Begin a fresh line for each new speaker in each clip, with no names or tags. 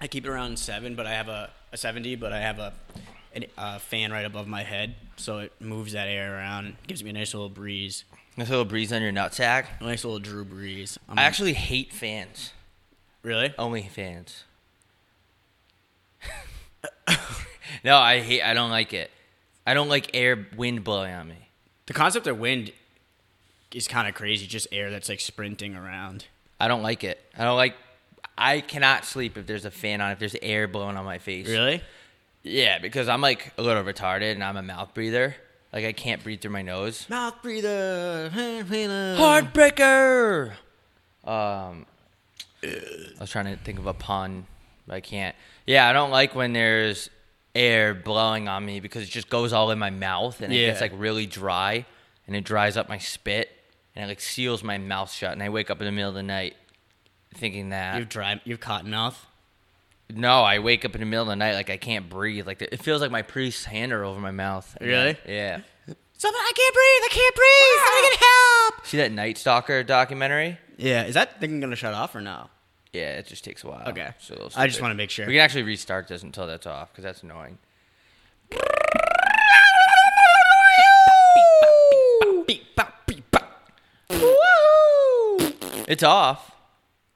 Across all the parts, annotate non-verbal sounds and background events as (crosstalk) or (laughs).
I keep it around seven, but I have a, a seventy, but I have a, an, a fan right above my head, so it moves that air around, gives me a nice little breeze,
Nice little breeze on your nutsack.
a nice little Drew breeze. I'm
I actually hate fans.
really
Only fans. (laughs) no, I hate. I don't like it. I don't like air wind blowing on me.
the concept of wind is kind of crazy. Just air that's like sprinting around.
I don't like it. I don't like. I cannot sleep if there's a fan on. If there's air blowing on my face.
Really?
Yeah, because I'm like a little retarded and I'm a mouth breather. Like I can't breathe through my nose.
Mouth breather.
Heartbreaker. Um, I was trying to think of a pun, but I can't. Yeah, I don't like when there's air blowing on me because it just goes all in my mouth and it
Yeah.
gets like really dry and it dries up my spit and it like seals my mouth shut and I wake up in the middle of the night thinking that
You've dry. You've cotton mouth.
no, I wake up in the middle of the night like I can't breathe. Like it feels like my priest's hand are over my mouth.
Really?
Yeah.
Something I can't breathe. I can't breathe. Somebody can help.
See that Night Stalker documentary?
Ah! Yeah. Is that thing gonna shut off or no?
Yeah, it just takes a while.
Okay.
So it'll
I just
start-
want to make sure.
We can actually restart this until that's off because that's annoying.
Beep, bop, beep, bop.
It's off.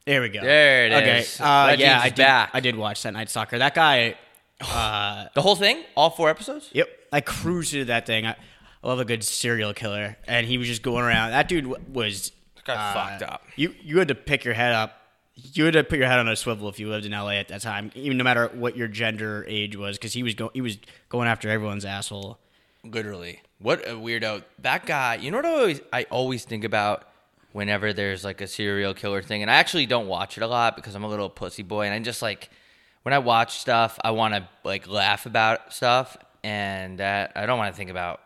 There we go.
There it
okay.
is.
Uh,
Reggie's
yeah, I did.
back.
I did watch that night soccer. That guy.
The whole thing? All four episodes?
Yep. I cruised through that thing. I, I love a good serial killer, and he was just going around. That dude w- was
Got
uh,
fucked up.
You you had to pick your head up. You had to put your head on a swivel if you lived in LA at that time, even no matter what your gender or age was, because he was go- he was going after everyone's asshole.
Literally. What a weirdo. That guy, you know what I always, I always think about whenever there's like a serial killer thing? And I actually don't watch it a lot because I'm a little pussy boy. And I just like, when I watch stuff, I want to like laugh about stuff. And that, I don't want to think about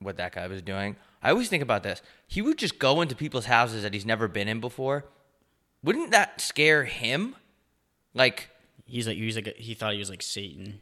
what that guy was doing. I always think about this. He would just go into people's houses that he's never been in before. Wouldn't that scare him? Like,
He's like he was like a, he thought he was like Satan.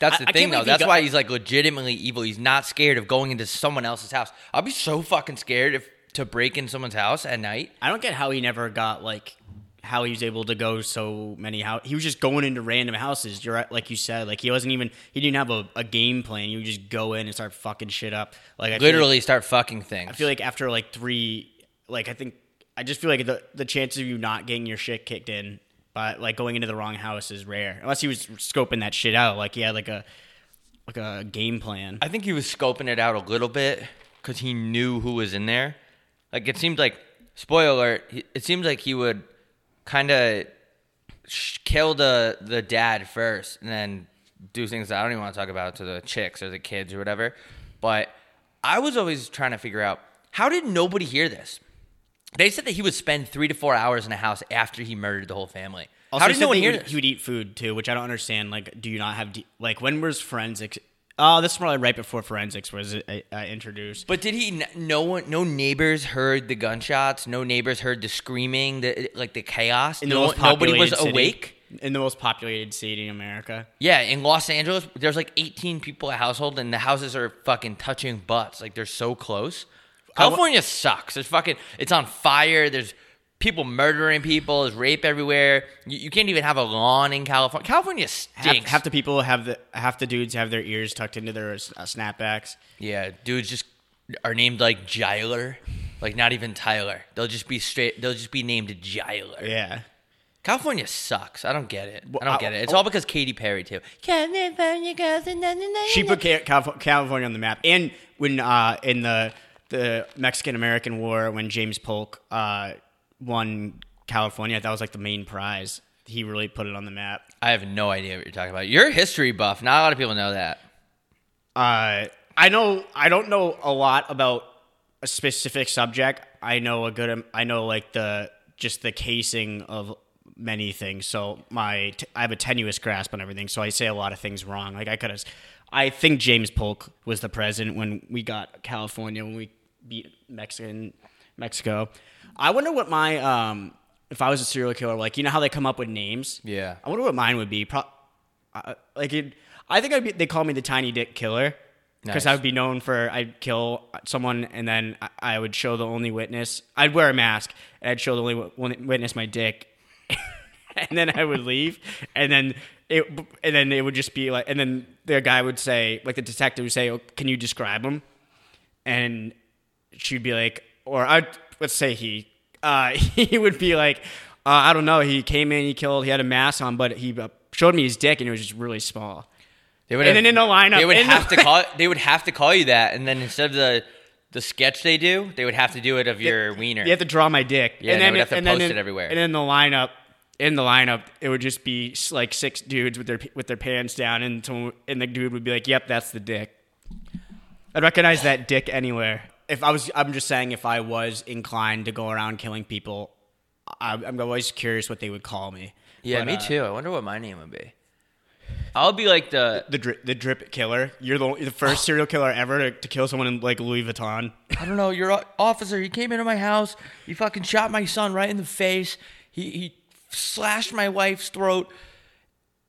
that's
I-
the
I can't
thing, though.
believe he
That's
got-
why he's like legitimately evil. He's not scared of going into someone else's house. I'd be so fucking scared if to break in someone's house at night.
I don't get how he never got like how he was able to go so many how he was just going into random houses. You're right, like you said, like he wasn't even he didn't have a, a game plan. You just go in and start fucking shit up. Like I feel like-
Literally start fucking things.
I feel like after like three, like I think I just feel like the the chances of you not getting your shit kicked in, but like going into the wrong house is rare. Unless he was scoping that shit out, like he had like a like a game plan.
I think he was scoping it out a little bit because he knew who was in there. Like it seemed like, spoiler alert, he- it seems like he would kind of sh- kill the the dad first, and then do things that I don't even want to talk about to the chicks or the kids or whatever. But I was always trying to figure out how did nobody hear this. They said that he would spend three to four hours in a house after he murdered the whole family.
Also,
how
he
did
said
no one
that he
hear
would-
this?
He would eat food too, which I don't understand. Like, do you not have de- like when was forensics? Oh, this is probably right before forensics was uh, uh, introduced.
But did he? n- No one, no neighbors heard the gunshots. No neighbors heard the screaming, the like the chaos.
In the
no,
most
nobody was
populated city-
awake.
in the most populated city in America.
Yeah, in Los Angeles, there's like 18 people a household, and the houses are fucking touching butts. Like they're so close.
wa-
California sucks. There's fucking, it's on fire. There's people murdering people. There's rape everywhere. You, you can't even have a lawn in California. California
Half,
stinks.
half the people have the half the dudes have their ears tucked into their uh, snapbacks.
Yeah, dudes just are named like Jiler, like not even Tyler. They'll just be straight. They'll just be named Jiler.
Yeah.
California sucks. I don't get it. I
I-
don't get it. It's all because Katy Perry too. California girls and na- na- na-
She
na-
put Ca- Calif- California on the map. And when uh, in the the Mexican American War, when James Polk uh, won California, that was like the main prize. He really put it on the map.
I have no idea what you're talking about. You're a history buff. Not a lot of people know that.
Uh, I know. I don't know a lot about a specific subject. I know a good. am- I know like the just the casing of many things. So my t- I have a tenuous grasp on everything. So I say a lot of things wrong. Like I could have. I think James Polk was the president when we got California when we beat Mexican Mexico. I wonder what my um if I was a serial killer like you know how they come up with names.
Yeah.
I wonder what mine would be. Pro- I, like it, I think I'd be. They call me the tiny dick killer because
Nice.
I would be known for I'd kill someone and then I, I would show the only witness. I'd wear a mask and I'd show the only wi- one witness my dick. (laughs) and then I would leave, and then it, and then it would just be like, and then the guy would say, like the detective would say, oh, "Can you describe him?" And she'd be like, or I let's say he, uh, (laughs) he would be like, uh, I don't know. He came in, he killed, he had a mask on, but he uh, showed me his dick, and it was just really small.
They would
And then in the lineup-
they would
in the-
have
(laughs)
to call. They would have to call you that, and then instead of the the sketch they do, they would have to do it of your wiener.
You have to draw my dick.
Yeah, and they would have to
then
post
in-
it everywhere.
And in the lineup, in the lineup, it would just be s- like six dudes with their with their pants down, and someone- and the dude would be like, "Yep, that's the dick." I'd recognize that dick anywhere. If I was, I'm just saying, if I was inclined to go around killing people, I, I'm always curious what they would call me.
yeah,
But,
me
uh,
too. I wonder what my name would be. I'll be like the.
The drip, the drip killer. You're the, the
Oh.
first serial killer ever to, to kill someone in like Louis Vuitton. (laughs)
I don't know. Your o- officer. He came into my house. He fucking shot my son right in the face. He he slashed my wife's throat.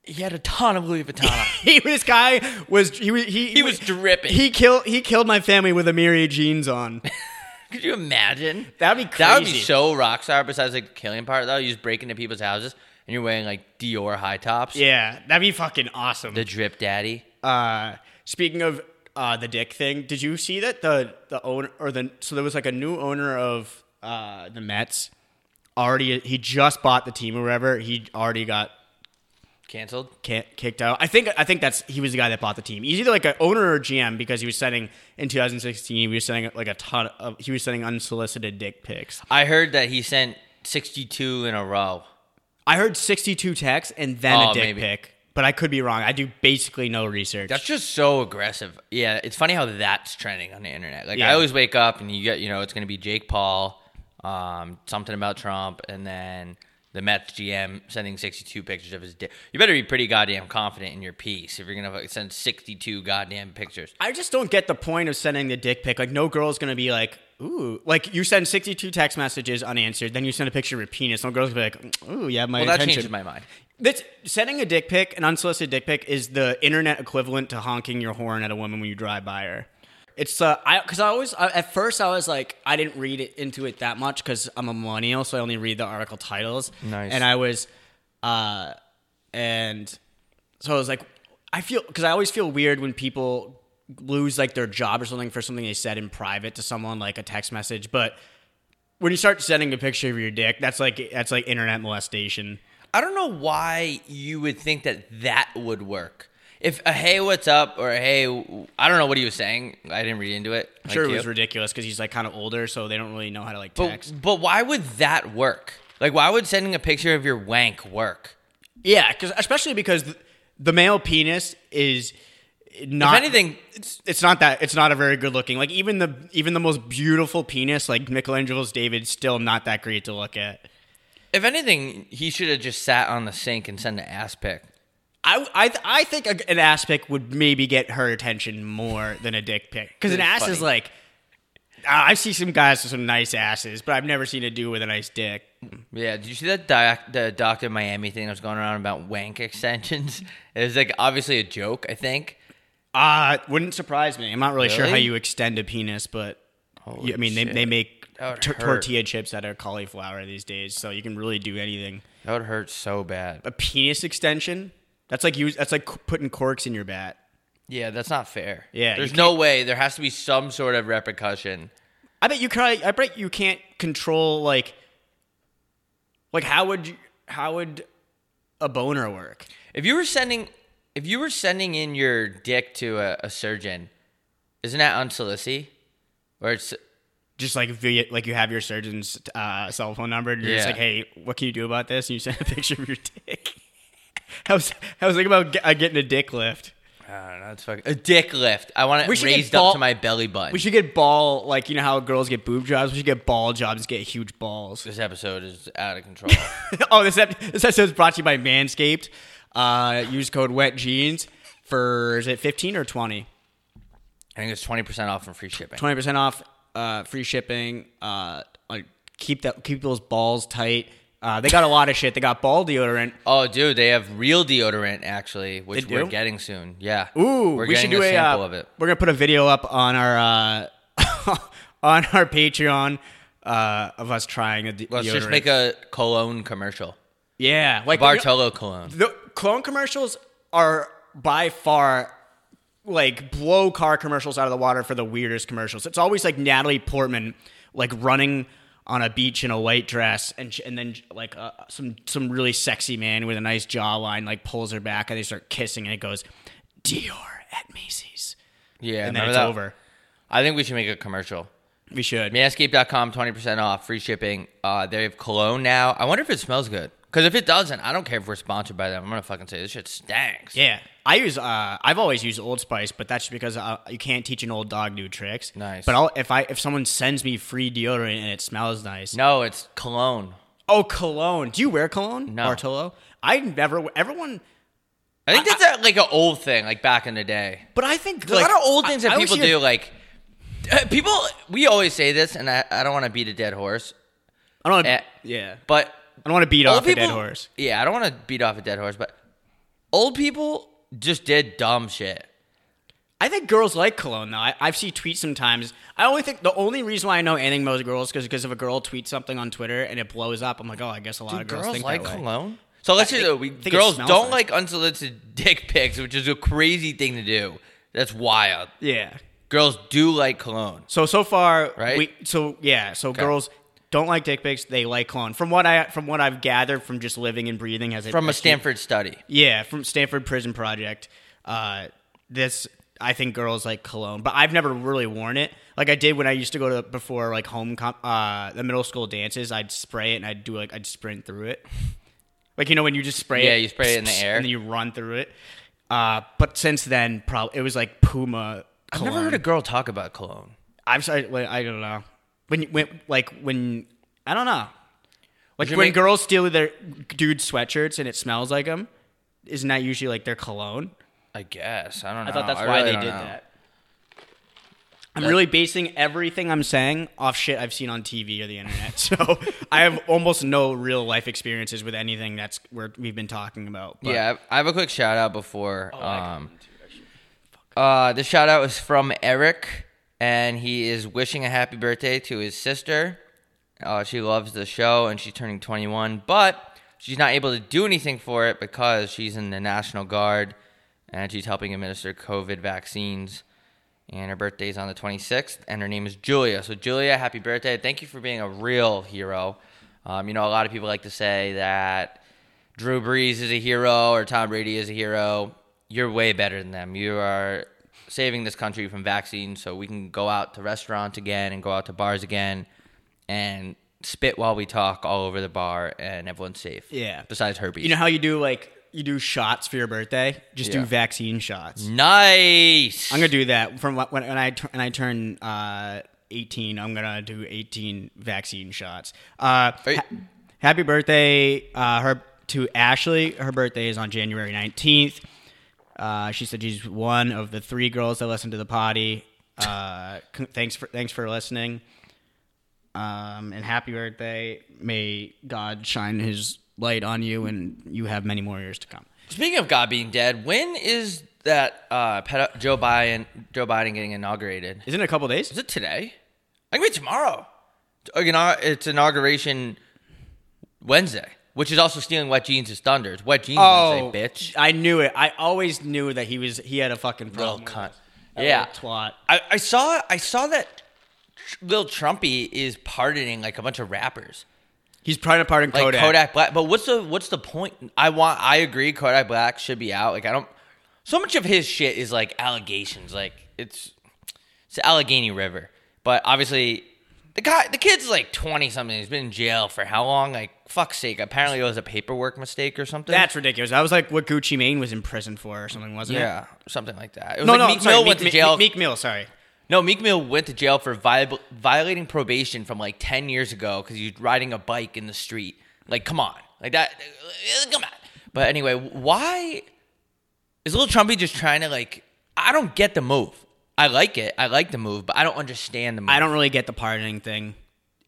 He had a ton of Louis Vuitton. on.
he this guy was he was- he,
He was dripping.
He killed he killed my family with Amiri jeans on.
(laughs) Could you imagine?
That'd be
(laughs) That would be
crazy.
so rock star. Besides like the killing part, though, you just break into people's houses and you're wearing like Dior high tops.
yeah, that'd be fucking awesome.
The drip daddy.
uh, speaking of uh, the dick thing, did you see that the the owner or the so there was like a new owner of uh, the Mets already he just bought the team or whatever he already got
Cancelled.
can kicked out. I think I think that's he was the guy that bought the team. He's either like an owner or GM because he was sending in 2016 he was sending like a ton of he was sending unsolicited dick pics.
I heard that he sent 62 in a row.
I heard 62 texts and then
Oh,
a dick
maybe.
pic, but I could be wrong. I do basically no research.
That's just so aggressive. Yeah, it's funny how that's trending on the internet. Like I
Yeah.
always wake up and you get, you know, it's going to be Jake Paul, um, something about Trump, and then the Mets GM sending 62 pictures of his dick. You better be pretty goddamn confident in your piece if you're going to send 62 goddamn pictures.
I just don't get the point of sending the dick pic. Like, no girl's gonna be like, ooh, like you send 62 text messages unanswered, then you send a picture of your penis. No girl's gonna be like, ooh, yeah, my
Well, that
attention.
changes my mind.
That's, sending a dick pic, an unsolicited dick pic, is the internet equivalent to honking your horn at a woman when you drive by her. It's uh, I because I always I, at first I was like I didn't read it into it that much because I'm a millennial, so I only read the article titles.
Nice.
And I was, uh, and so I was like, I feel because I always feel weird when people lose like their job or something for something they said in private to someone like a text message, but. When you start sending a picture of your dick, that's like that's like internet molestation.
I don't know why you would think that that would work. If a hey, what's up, or a hey, w- I don't know what he was saying. I didn't read into it. like
sure it
you.
was ridiculous because he's like kind of older, so they don't really know how to like
but,
text.
but why would that work? Like, why would sending a picture of your wank work?
yeah, because especially because th- the male penis is not
if anything,
It's, it's not that it's not a very good looking. Like even the even the most beautiful penis, like Michelangelo's David, still not that great to look at.
if anything, he should have just sat on the sink and sent an ass pic.
I, I, th- I think a, an ass pic would maybe get her attention more than a dick pic because an
It's
ass
funny.
is like I I see some guys with some nice asses, but I've never seen a dude with a nice dick.
Yeah, did you see that doc, the doctor in Miami thing that was going around about wank extensions? (laughs) It was like obviously a joke, I think.
Uh, wouldn't surprise me. I'm not really, sure how
Really?
you extend a penis, but
Holy
you- I mean, they,
shit.
they make
That would
t-
hurt.
tortilla chips out of cauliflower these days, so you can really do anything.
That would hurt so bad.
A penis extension? That's like you. That's like c- putting corks in your bat.
Yeah, that's not fair.
Yeah,
there's
you
no way. There has to be some sort of repercussion.
I bet you can I bet you can't control like, like how would you, how would a boner work?
If you were sending, if you were sending in your dick to a, a surgeon, isn't that unsolicited? Or it's
Just like via, like you have your surgeon's uh, cell phone number, and you're just
Yeah.
like, hey, what can you do about this? And you send a (laughs) picture of your dick. (laughs) I was I was thinking about get, uh, getting a dick lift.
I don't know. It's fucking a dick lift. I want
We
it
should get
raised
ball-
up to my belly button.
We should get ball like you know how girls get boob jobs. We should get ball jobs. Get huge balls. (laughs)
this episode is out of control.
oh, this ep- this episode is brought to you by Manscaped. Uh, use code Wet Jeans for is it fifteen or twenty?
I think it's twenty percent off and free shipping.
Twenty percent off. Uh, free shipping. Uh, like keep that keep those balls tight. Uh, they got a lot of shit. They got ball deodorant.
Oh, dude, they have real deodorant actually, which
They
we're
do?
getting soon. Yeah.
Ooh,
we're
we
getting
should do
a
a,
sample
uh,
of it.
We're gonna put a video up on our uh, (laughs) on our Patreon uh, of us trying a de-
Let's
deodorant.
just make a cologne commercial.
Yeah, like you know-
Bartolo cologne.
The clone commercials are by far like blow car commercials out of the water for the weirdest commercials. It's always like Natalie Portman like running on a beach in a white dress and sh- and then like uh, some some really sexy man with a nice jawline like pulls her back and they start kissing and it goes Dior at Macy's
Yeah,
and then
remember
it's
that?
over.
I think we should make a commercial.
We should.
Manscaped.com, 20% off, free shipping. Uh, they have cologne now. I wonder if it smells good. Because if it doesn't, I don't care if we're sponsored by them. I'm going to fucking say this shit stinks.
Yeah. I use uh, I've always used Old Spice, but that's just because uh, you can't teach an old dog new tricks.
Nice.
But I'll, if I if someone sends me free deodorant and it smells nice,
No, it's cologne.
Oh, cologne. Do you wear cologne,
No.
Bartolo? I never. Everyone,
I think that's a, like an old thing, like back in the day.
but I think
There's
like,
a lot of old things
I- I
that
always
people
hear-
do. Like, uh, people, we always say this, and I, I don't want to beat a dead horse,
I don't.
Eh.
Wanna, yeah, I
but
don't want to beat
old
off
people,
a dead horse.
Yeah, I don't want to beat off a dead horse, but old people just did dumb shit.
I think girls like cologne though. I, I've seen tweets sometimes. I only think the only reason why I know anything about girls because because if a girl tweets something on Twitter and it blows up, I'm like, oh, I guess a lot of girls,
girls
think
like
that way.
cologne. So let's
I
just
think-
we
think it
girls
smells
don't
nice.
like unsolicited (laughs) dick pics, which is a crazy thing to do. That's wild.
Yeah.
Girls do like cologne.
So so far,
Right?
We, so yeah. So girls don't like dick pics. They like cologne. From what I from what I've gathered from just living and breathing as
From a
as she-
Stanford study.
Yeah, from Stanford Prison Project. Uh, this I think girls like cologne, but I've never really worn it. Like I did when I used to go to before like home com- uh, the middle school dances. I'd spray it and I'd do like I'd sprint through it. Like you know when you just spray
Yeah,
it,
you spray
(sniffs)
it in the air.
and then you run through it. Uh, but since then, probably it was like Puma.
I've
Cologne.
never heard a girl talk about cologne.
I'm sorry. Like, I don't know. When you when like when I don't know. Like
you
when
make-
girls steal their dude sweatshirts and it smells like them, isn't that usually like their cologne?
I guess. I don't know.
I thought that's why
really
they
don't
did
know.
that. I'm
That-
really basing everything I'm saying off shit I've seen on TV or the internet. (laughs) So I have almost no real life experiences with anything that's where we've been talking about. But
Yeah, I have a quick shout out before. um, uh, the shout out was from Eric, and he is wishing a happy birthday to his sister. Uh, she loves the show, and she's turning 21, but she's not able to do anything for it because she's in the National Guard and she's helping administer COVID vaccines. And her birthday's on the 26th, and her name is Julia. So, Julia, happy birthday. Thank you for being a real hero. Um, you know, a lot of people like to say that Drew Brees is a hero or Tom Brady is a hero. You're way better than them. You are saving this country from vaccines so we can go out to restaurants again and go out to bars again and spit while we talk all over the bar and everyone's safe.
Yeah.
Besides herpes.
you know how you do like you do shots for your birthday? Just
Yeah.
do vaccine shots.
nice.
I'm gonna do that from when, when I tu- when I turn uh, 18. I'm gonna do 18 vaccine shots. Uh,
Hey.
ha- happy birthday, uh, her to Ashley. Her birthday is on January 19th. Uh, she said she's one of the three girls that listen to the potty. Uh, (laughs) c- thanks for thanks for listening. Um, and happy birthday. May God shine His light on you, and you have many more years to come.
Speaking of God being dead, when is that uh, pedo- Joe Biden Joe Biden getting inaugurated?
Isn't it a couple days?
Is it today? I can be tomorrow. It's inaug- It's inauguration Wednesday, which is also stealing Wet Jeans' thunder. It's Wet Jeans
Oh.
Wednesday, bitch.
I knew it. I always knew that he was he had a fucking
Little
problem. with
cunt.
us. That
Yeah,
little twat.
I, I saw I saw that Tr- Lil Trumpy is pardoning like a bunch of rappers,
He's trying to pardon
like
Kodak.
Kodak. Black. But what's the what's the point? I want I agree Kodak Black should be out. Like I don't. So much of his shit is like allegations. Like it's it's the Allegheny River. But obviously, the guy, the kid's like twenty something. He's been in jail for how long? Like fuck's sake! Apparently, it was a paperwork mistake or something.
That's ridiculous. That was like what Gucci Mane was in prison for or something, wasn't it?
yeah, something like that. It was
No,
like
no,
Meek
I'm sorry.
Mill
Meek,
went to
Meek-
jail.
Meek Mill, sorry.
no, Meek Mill went to jail for viol- violating probation from like ten years ago because he was riding a bike in the street. Like, come on, like that. uh, Come on. But anyway, why is little Trumpy just trying to like? I don't get the move. I like it. I like the move, but I don't understand the move.
I don't really get the pardoning thing.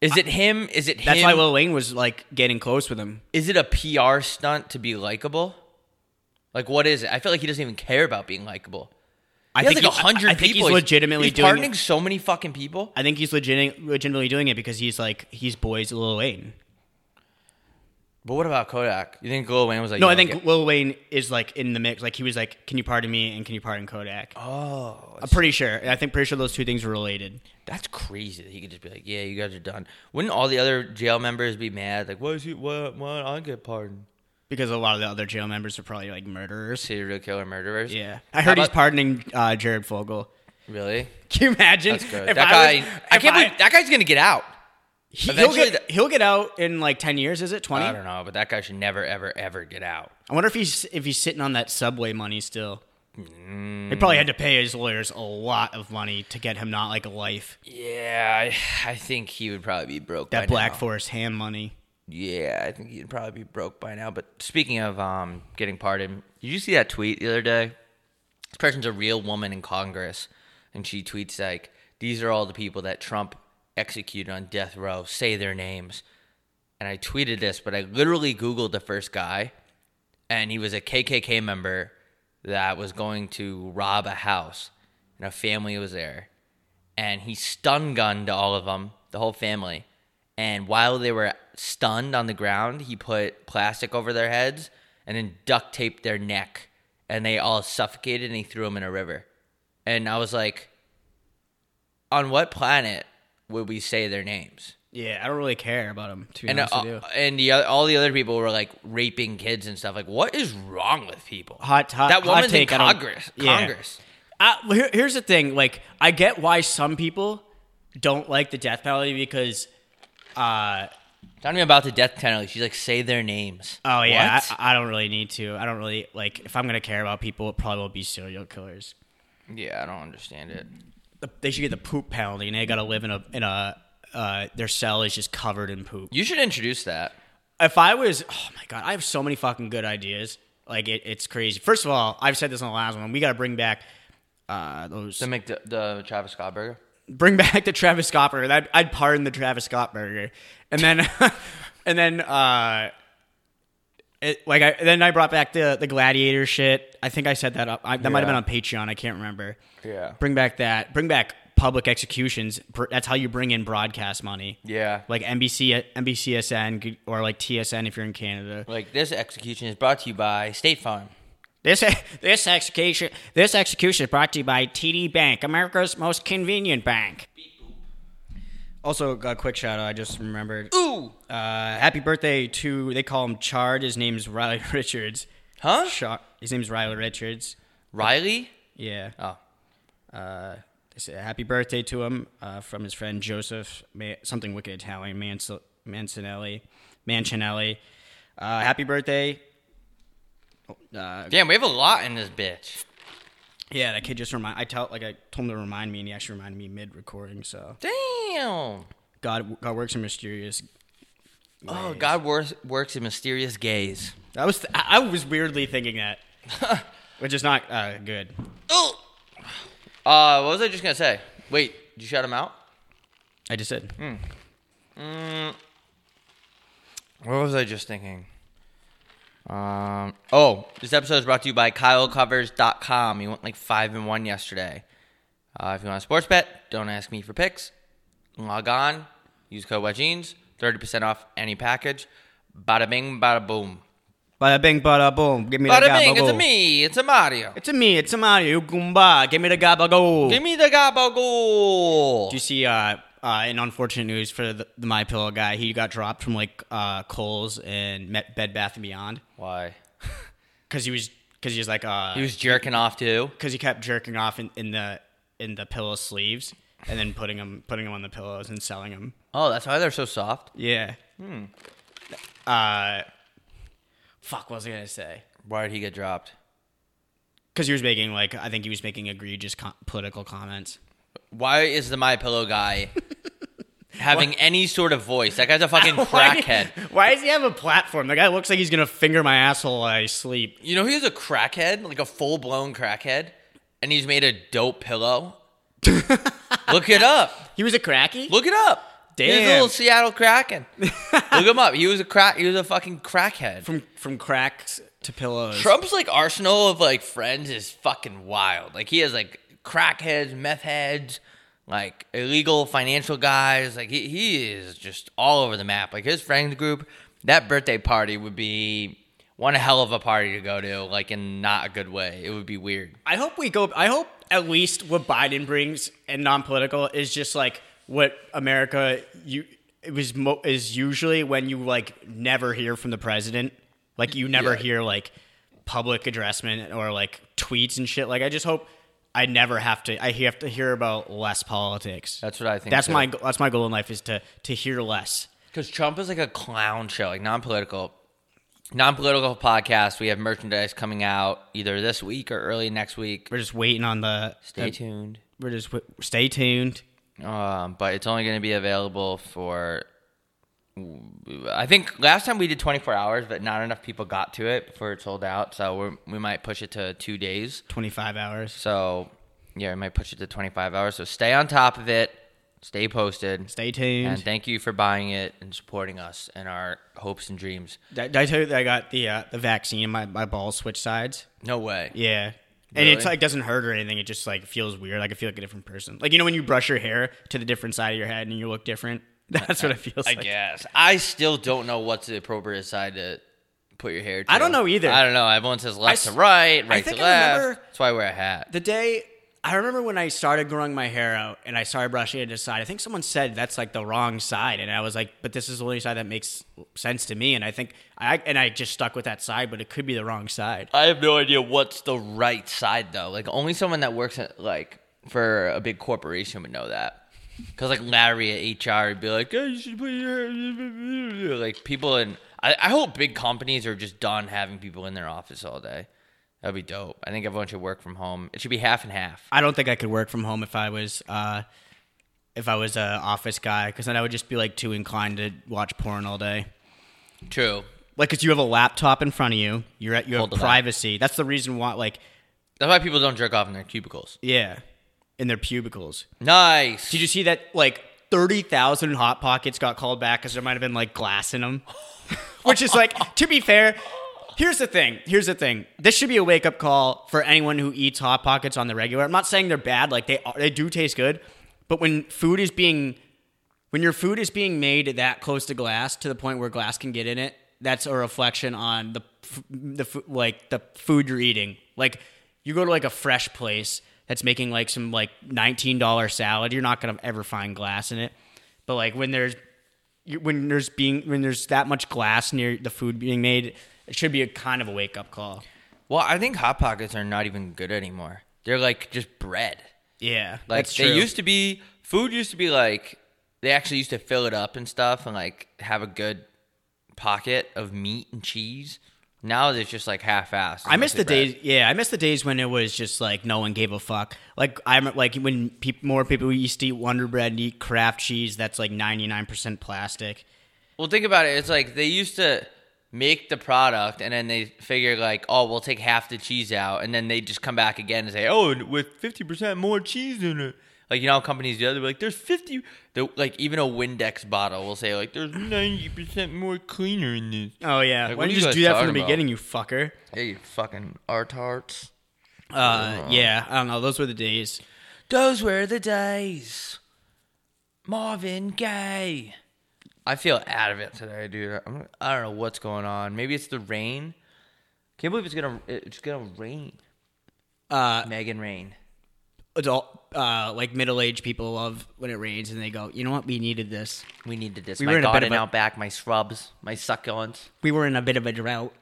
Is it him? Is it
That's
him?
why Lil Wayne was like getting close with him.
is it a PR stunt to be likable? Like what is it? I feel like he doesn't even care about being likable.
I
He has
think
like a
he- I-
hundred
I
people.
think he's legitimately
he's
doing
pardoning
it.
so many fucking people.
I think he's legit, legitimately doing it because he's like he's boys Lil Wayne.
But what about Kodak? You think Lil Wayne was like?
No,
"Yo,
I think
get-
Lil Wayne is like in the mix. Like he was like, "Can you pardon me?" and "Can you pardon Kodak?"
oh,
I'm pretty sure. I think pretty sure those two things were related.
that's crazy. That he could just be like, "Yeah, you guys are done." Wouldn't all the other jail members be mad? Like, why is he? Why? Why I get pardoned?
Because a lot of the other jail members are probably like murderers.
Serial killer murderers.
Yeah, I
How
heard he's
about-
pardoning uh, Jared Fogle. (laughs)
Really?
Can you imagine? (laughs)
That's good.
if
that
I
guy.
was-
I
if
can't believe that guy's gonna get out.
he, will
eventually
get he'll get out in like ten years. Is it twenty?
I
I,
don't know, but that guy should never, ever, ever get out.
wonder if he's if he's sitting on that subway money still.
Mm.
He probably had to pay his lawyers a lot of money to get him not like a life.
Yeah, I, I think he would probably be broke.
That
by
Black
now.
Forest hand money.
Yeah, I think he'd probably be broke by now. But speaking of um, getting pardoned, did you see that tweet the other day? This person's a real woman in Congress, and she tweets like, "These are all the people that Trump executed on death row. Say their names." And I tweeted this, but I literally Googled the first guy, and he was a KKK member that was going to rob a house, and a family was there, and he stun gunned all of them, the whole family. And while they were stunned on the ground, he put plastic over their heads and then duct taped their neck, and they all suffocated, and he threw them in a river. And I was like, on what planet would we say their names?
Yeah, I don't really care about him. To be
and
honest
uh,
with you.
and the, oth- all the other people were like raping kids and stuff. Like, what is wrong with people?
Hot- hot-
That
hot
woman's
take,
in
I don't-
Congress.
yeah.
Congress.
Uh, well, here, here's the thing. Like, I get why some people don't like the death penalty because, uh,
Talking about the death penalty. She's like, say their names.
oh yeah,
What?
I, I don't really need to. I don't really like. If I'm gonna care about people, it probably will be serial killers.
yeah, I don't understand it.
The- They should get the poop penalty, and they gotta live in a in a uh, their cell is just covered in poop.
You should introduce that.
If I was, oh my god, I have so many fucking good ideas. Like it, it's crazy. First of all, I've said this on the last one. We gotta bring back uh, those.
The Mc, the, the Travis Scott burger.
bring back the Travis Scott burger. I'd, I'd pardon the Travis Scott burger, and then (laughs) and then uh, it, like I then I brought back the the gladiator shit. I think I set that up. I, that might have been
Yeah.
on Patreon. I can't remember.
Yeah.
Bring back that. Bring back public executions. Br- That's how you bring in broadcast money.
Yeah.
Like NBC, NBCSN, or like TSN if you're in Canada.
Like this execution is brought to you by State Farm.
This (laughs) this execution this execution is brought to you by TD Bank, America's most convenient bank. Also, a quick shout out. I just remembered.
Ooh.
Uh, happy birthday to they call him Chard. His name's Riley (laughs) Richards.
Huh?
Char, his name's Riley Richards.
Riley?
Yeah.
Oh.
Uh, they say happy birthday to him uh, from his friend Joseph Ma- something wicked Italian Mansel- Mancinelli Mancinelli. Uh, happy birthday. Uh,
Damn, we have a lot in this bitch.
Yeah, that kid just remind. I tell like I told him to remind me, and he actually reminded me mid recording. So
Damn.
God, God works in mysterious.
Oh, God works, works in mysterious (laughs) gaze.
That was I I was weirdly thinking that, which is not uh, good.
Oh. Uh, what was I just gonna say? Wait, did you shout him out?
I just said
Hmm. Mm. What was I just thinking? Um. Oh, this episode is brought to you by KyleCovers.com. You went like five and one yesterday. Uh, if you want a sports bet, don't ask me for picks. Log on, use code WetJeans, thirty percent off any package. Bada bing, bada boom.
bada bing, bada boom. Give me the
Bada
gabba
bing, it's a
goo.
me, it's a Mario.
It's a me. It's a Mario Goomba. Give me the gabba go.
Give me the gobble goal.
Do you see? Uh, uh, in unfortunate news for the, the My Pillow guy, he got dropped from like uh, Coles and Met Bed Bath and Beyond
Why?
because he was because he was like uh,
He was jerking off too.
because he kept jerking off in, in the in the pillow sleeves and then putting them putting them on the pillows and selling them.
Oh, that's why they're so soft.
Yeah.
Hmm.
Uh, fuck, what was I gonna say?
Why did he get dropped?
Because he was making like I think he was making egregious com- political comments.
Why is the My
(laughs)
Pillow guy having any sort of voice? That guy's a
(laughs)
fucking
Why-
crackhead.
Why does he have a platform? The guy looks like he's gonna finger my asshole while I sleep.
You know, he's a crackhead, like a full blown crackhead, and he's made a
(laughs)
dope pillow. Look it up.
He was a cracky.
Look it up. He's a
Damn.
little Seattle Kraken. Look him up. He was a crack. He was a fucking crackhead.
from from cracks to pillows.
Trump's like arsenal of like friends is fucking wild. Like he has like crackheads, meth heads, like illegal financial guys. Like he, he is just all over the map. Like his friend group that birthday party would be one hell of a party to go to, like in not a good way. It would be weird.
I hope we go. I hope at least what Biden brings and non-political is just like what America you it was mo- is usually when you like never hear from the president, like you never
Yeah.
hear like public addressment or like tweets and shit. Like I just hope I never have to. I have to hear about less politics.
That's what I think.
That's
too.
my go- that's my goal in life is to to hear less.
Because Trump is like a clown show, like non political. Non political podcast. We have merchandise coming out either this week or early next week.
We're just waiting on the.
Stay tuned.
We're just w- stay tuned.
Um, but it's only going to be available for. I think last time we did 24 hours, but not enough people got to it before it sold out. So we're, we might push it to two days.
Twenty five hours.
So yeah, we might push it to 25 hours. So stay on top of it, stay posted,
Stay tuned.
and thank you for buying it and supporting us and our hopes and dreams.
Did, did I tell you that I got the uh, the vaccine and my, my balls switch sides?
No way.
Yeah. And
Really?
it's like doesn't hurt or anything. It just like feels weird. Like I feel like a different person. Like you know when you brush your hair to the different side of your head and you look different. (laughs) That's what it feels
I
like.
guess I still don't know what's the appropriate side to put your hair. to.
I don't know either.
I don't know. Everyone says left to
s-
right, right
think
to
I
left.
remember-
That's why I wear a hat.
The day I remember when I started growing my hair out and I started brushing it to the side. I think someone said that's like the wrong side, and I was like, "But this is the only side that makes sense to me." And I think I and I just stuck with that side, but it could be the wrong side.
I have no idea what's the right side though. Like only someone that works at like for a big corporation would know that. Cause like Larry at HR would be like, "Hey, you should put your like people in." I, I hope big companies are just done having people in their office all day. That'd be dope. I think everyone should work from home. It should be half and half.
I don't think I could work from home if I was uh, if I was a office guy because then I would just be like too inclined to watch porn all day.
True.
Like, cause you have a laptop in front of you, you're at you have
Hold it up.
privacy. That's the reason why. Like,
That's why people don't jerk off in their cubicles.
yeah, in their cubicles.
Nice.
Did you see that? Like thirty thousand hot pockets got called back because there might have been like glass in them, (laughs) which is like to be fair. Here's the thing. Here's the thing. This should be a wake up call for anyone who eats hot pockets on the regular. I'm not saying they're bad. Like they are, they do taste good, but when food is being when your food is being made that close to glass to the point where glass can get in it, that's a reflection on the f- the f- like the food you're eating. Like you go to like a fresh place that's making like some like nineteen dollar salad, you're not gonna ever find glass in it. But like when there's you- when there's being when there's that much glass near the food being made, it should be a kind of a wake up call.
well, I think hot pockets are not even good anymore. They're like just bread.
Yeah,
Like
that's
they
true.
used to be food used to be like they actually used to fill it up and stuff and like have a good pocket of meat and cheese. Now it's just like half assed.
I miss the days. Yeah, I miss the days when it was just like no one gave a fuck. Like I'm like when peop, more people used to eat Wonder Bread and eat Kraft cheese. That's like 99% plastic.
Well think about it, it's like they used to make the product and then they figure like, oh, we'll take half the cheese out and then they just come back again and say, Oh, and with fifty percent more cheese in it. Like you know how companies do that, they're like, There's fifty they're- like even a Windex bottle will say like there's ninety percent more cleaner in this.
Oh yeah,
Like,
why
what
don't
are
you
you
just
guys
do that from
talking
the
about?
beginning, you fucker?
Yeah, you fucking art arts.
Uh, yeah, I don't know. Those were the days.
Those were the days. Marvin Gaye. I feel out of it today, dude. I'm, I don't know what's going on. Maybe it's the rain. Can't believe it's gonna it's gonna rain.
Uh,
Megan rain.
Adult, uh, like middle aged people love when it rains and they go, you know what, we needed this.
We needed this.
We were
my
in a bit
garden
of a-
out back. My shrubs. My succulents.
We were in a bit of a drought.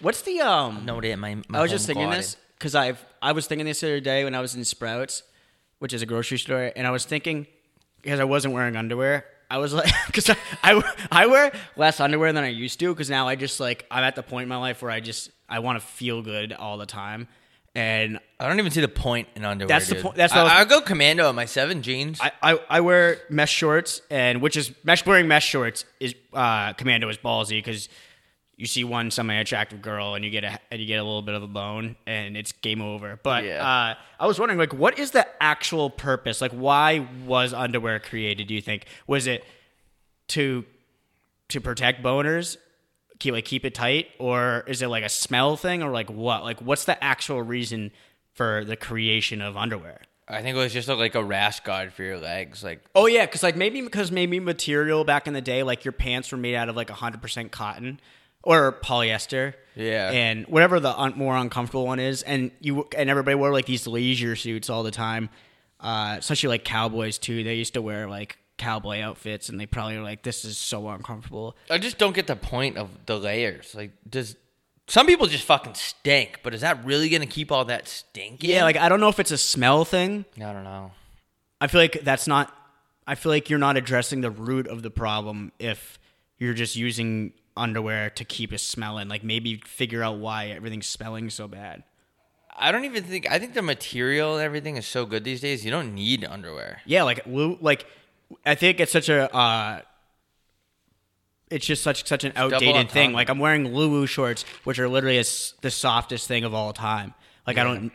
What's the um?
No, it. My, my
I was just
home
thinking
garden.
this because I've I was thinking this the other day when I was in Sprouts, which is a grocery store, and I was thinking because I wasn't wearing underwear. I was like, (laughs) because I, I I wear less underwear than I used to because now I just like I'm at the point in my life where I just I want to feel good all the time, and
I don't even see the point in underwear.
That's the
dude.
point- that's what
I,
I was-
I'll go commando in my seven jeans.
I, I, I wear mesh shorts and which is mesh wearing mesh shorts is uh, commando is ballsy because you see one semi attractive girl and you get a and you get a little bit of a bone and it's game over. But
Yeah.
uh, I was wondering like what is the actual purpose? Like why was underwear created? Do you think was it to to protect boners? Keep like keep it tight, or is it like a smell thing, or like what? Like what's the actual reason for the creation of underwear?
I think it was just a, like a rash guard for your legs. Like
Oh yeah, because like maybe because maybe material back in the day, like your pants were made out of like hundred percent cotton or polyester.
Yeah.
and whatever the un- more uncomfortable one is, and you and everybody wore like these leisure suits all the time, uh, especially like cowboys too. They used to wear like cowboy outfits, and they probably were like, "This is so uncomfortable."
I just don't get the point of the layers. Like does some people just fucking stink, but is that really gonna keep all that stink? in?
Yeah, like I don't know if it's a smell thing.
I don't know.
I feel like that's not. I feel like you're not addressing the root of the problem if you're just using underwear to keep it smelling. Like maybe figure out why everything's smelling so bad.
I don't even think. I think the material and everything is so good these days. You don't need underwear.
Yeah, like Lou, like I think it's such a. uh it's just such such an outdated thing.
entendre.
Like I'm wearing Lulu shorts, which are literally as the softest thing of all time. Like I don't,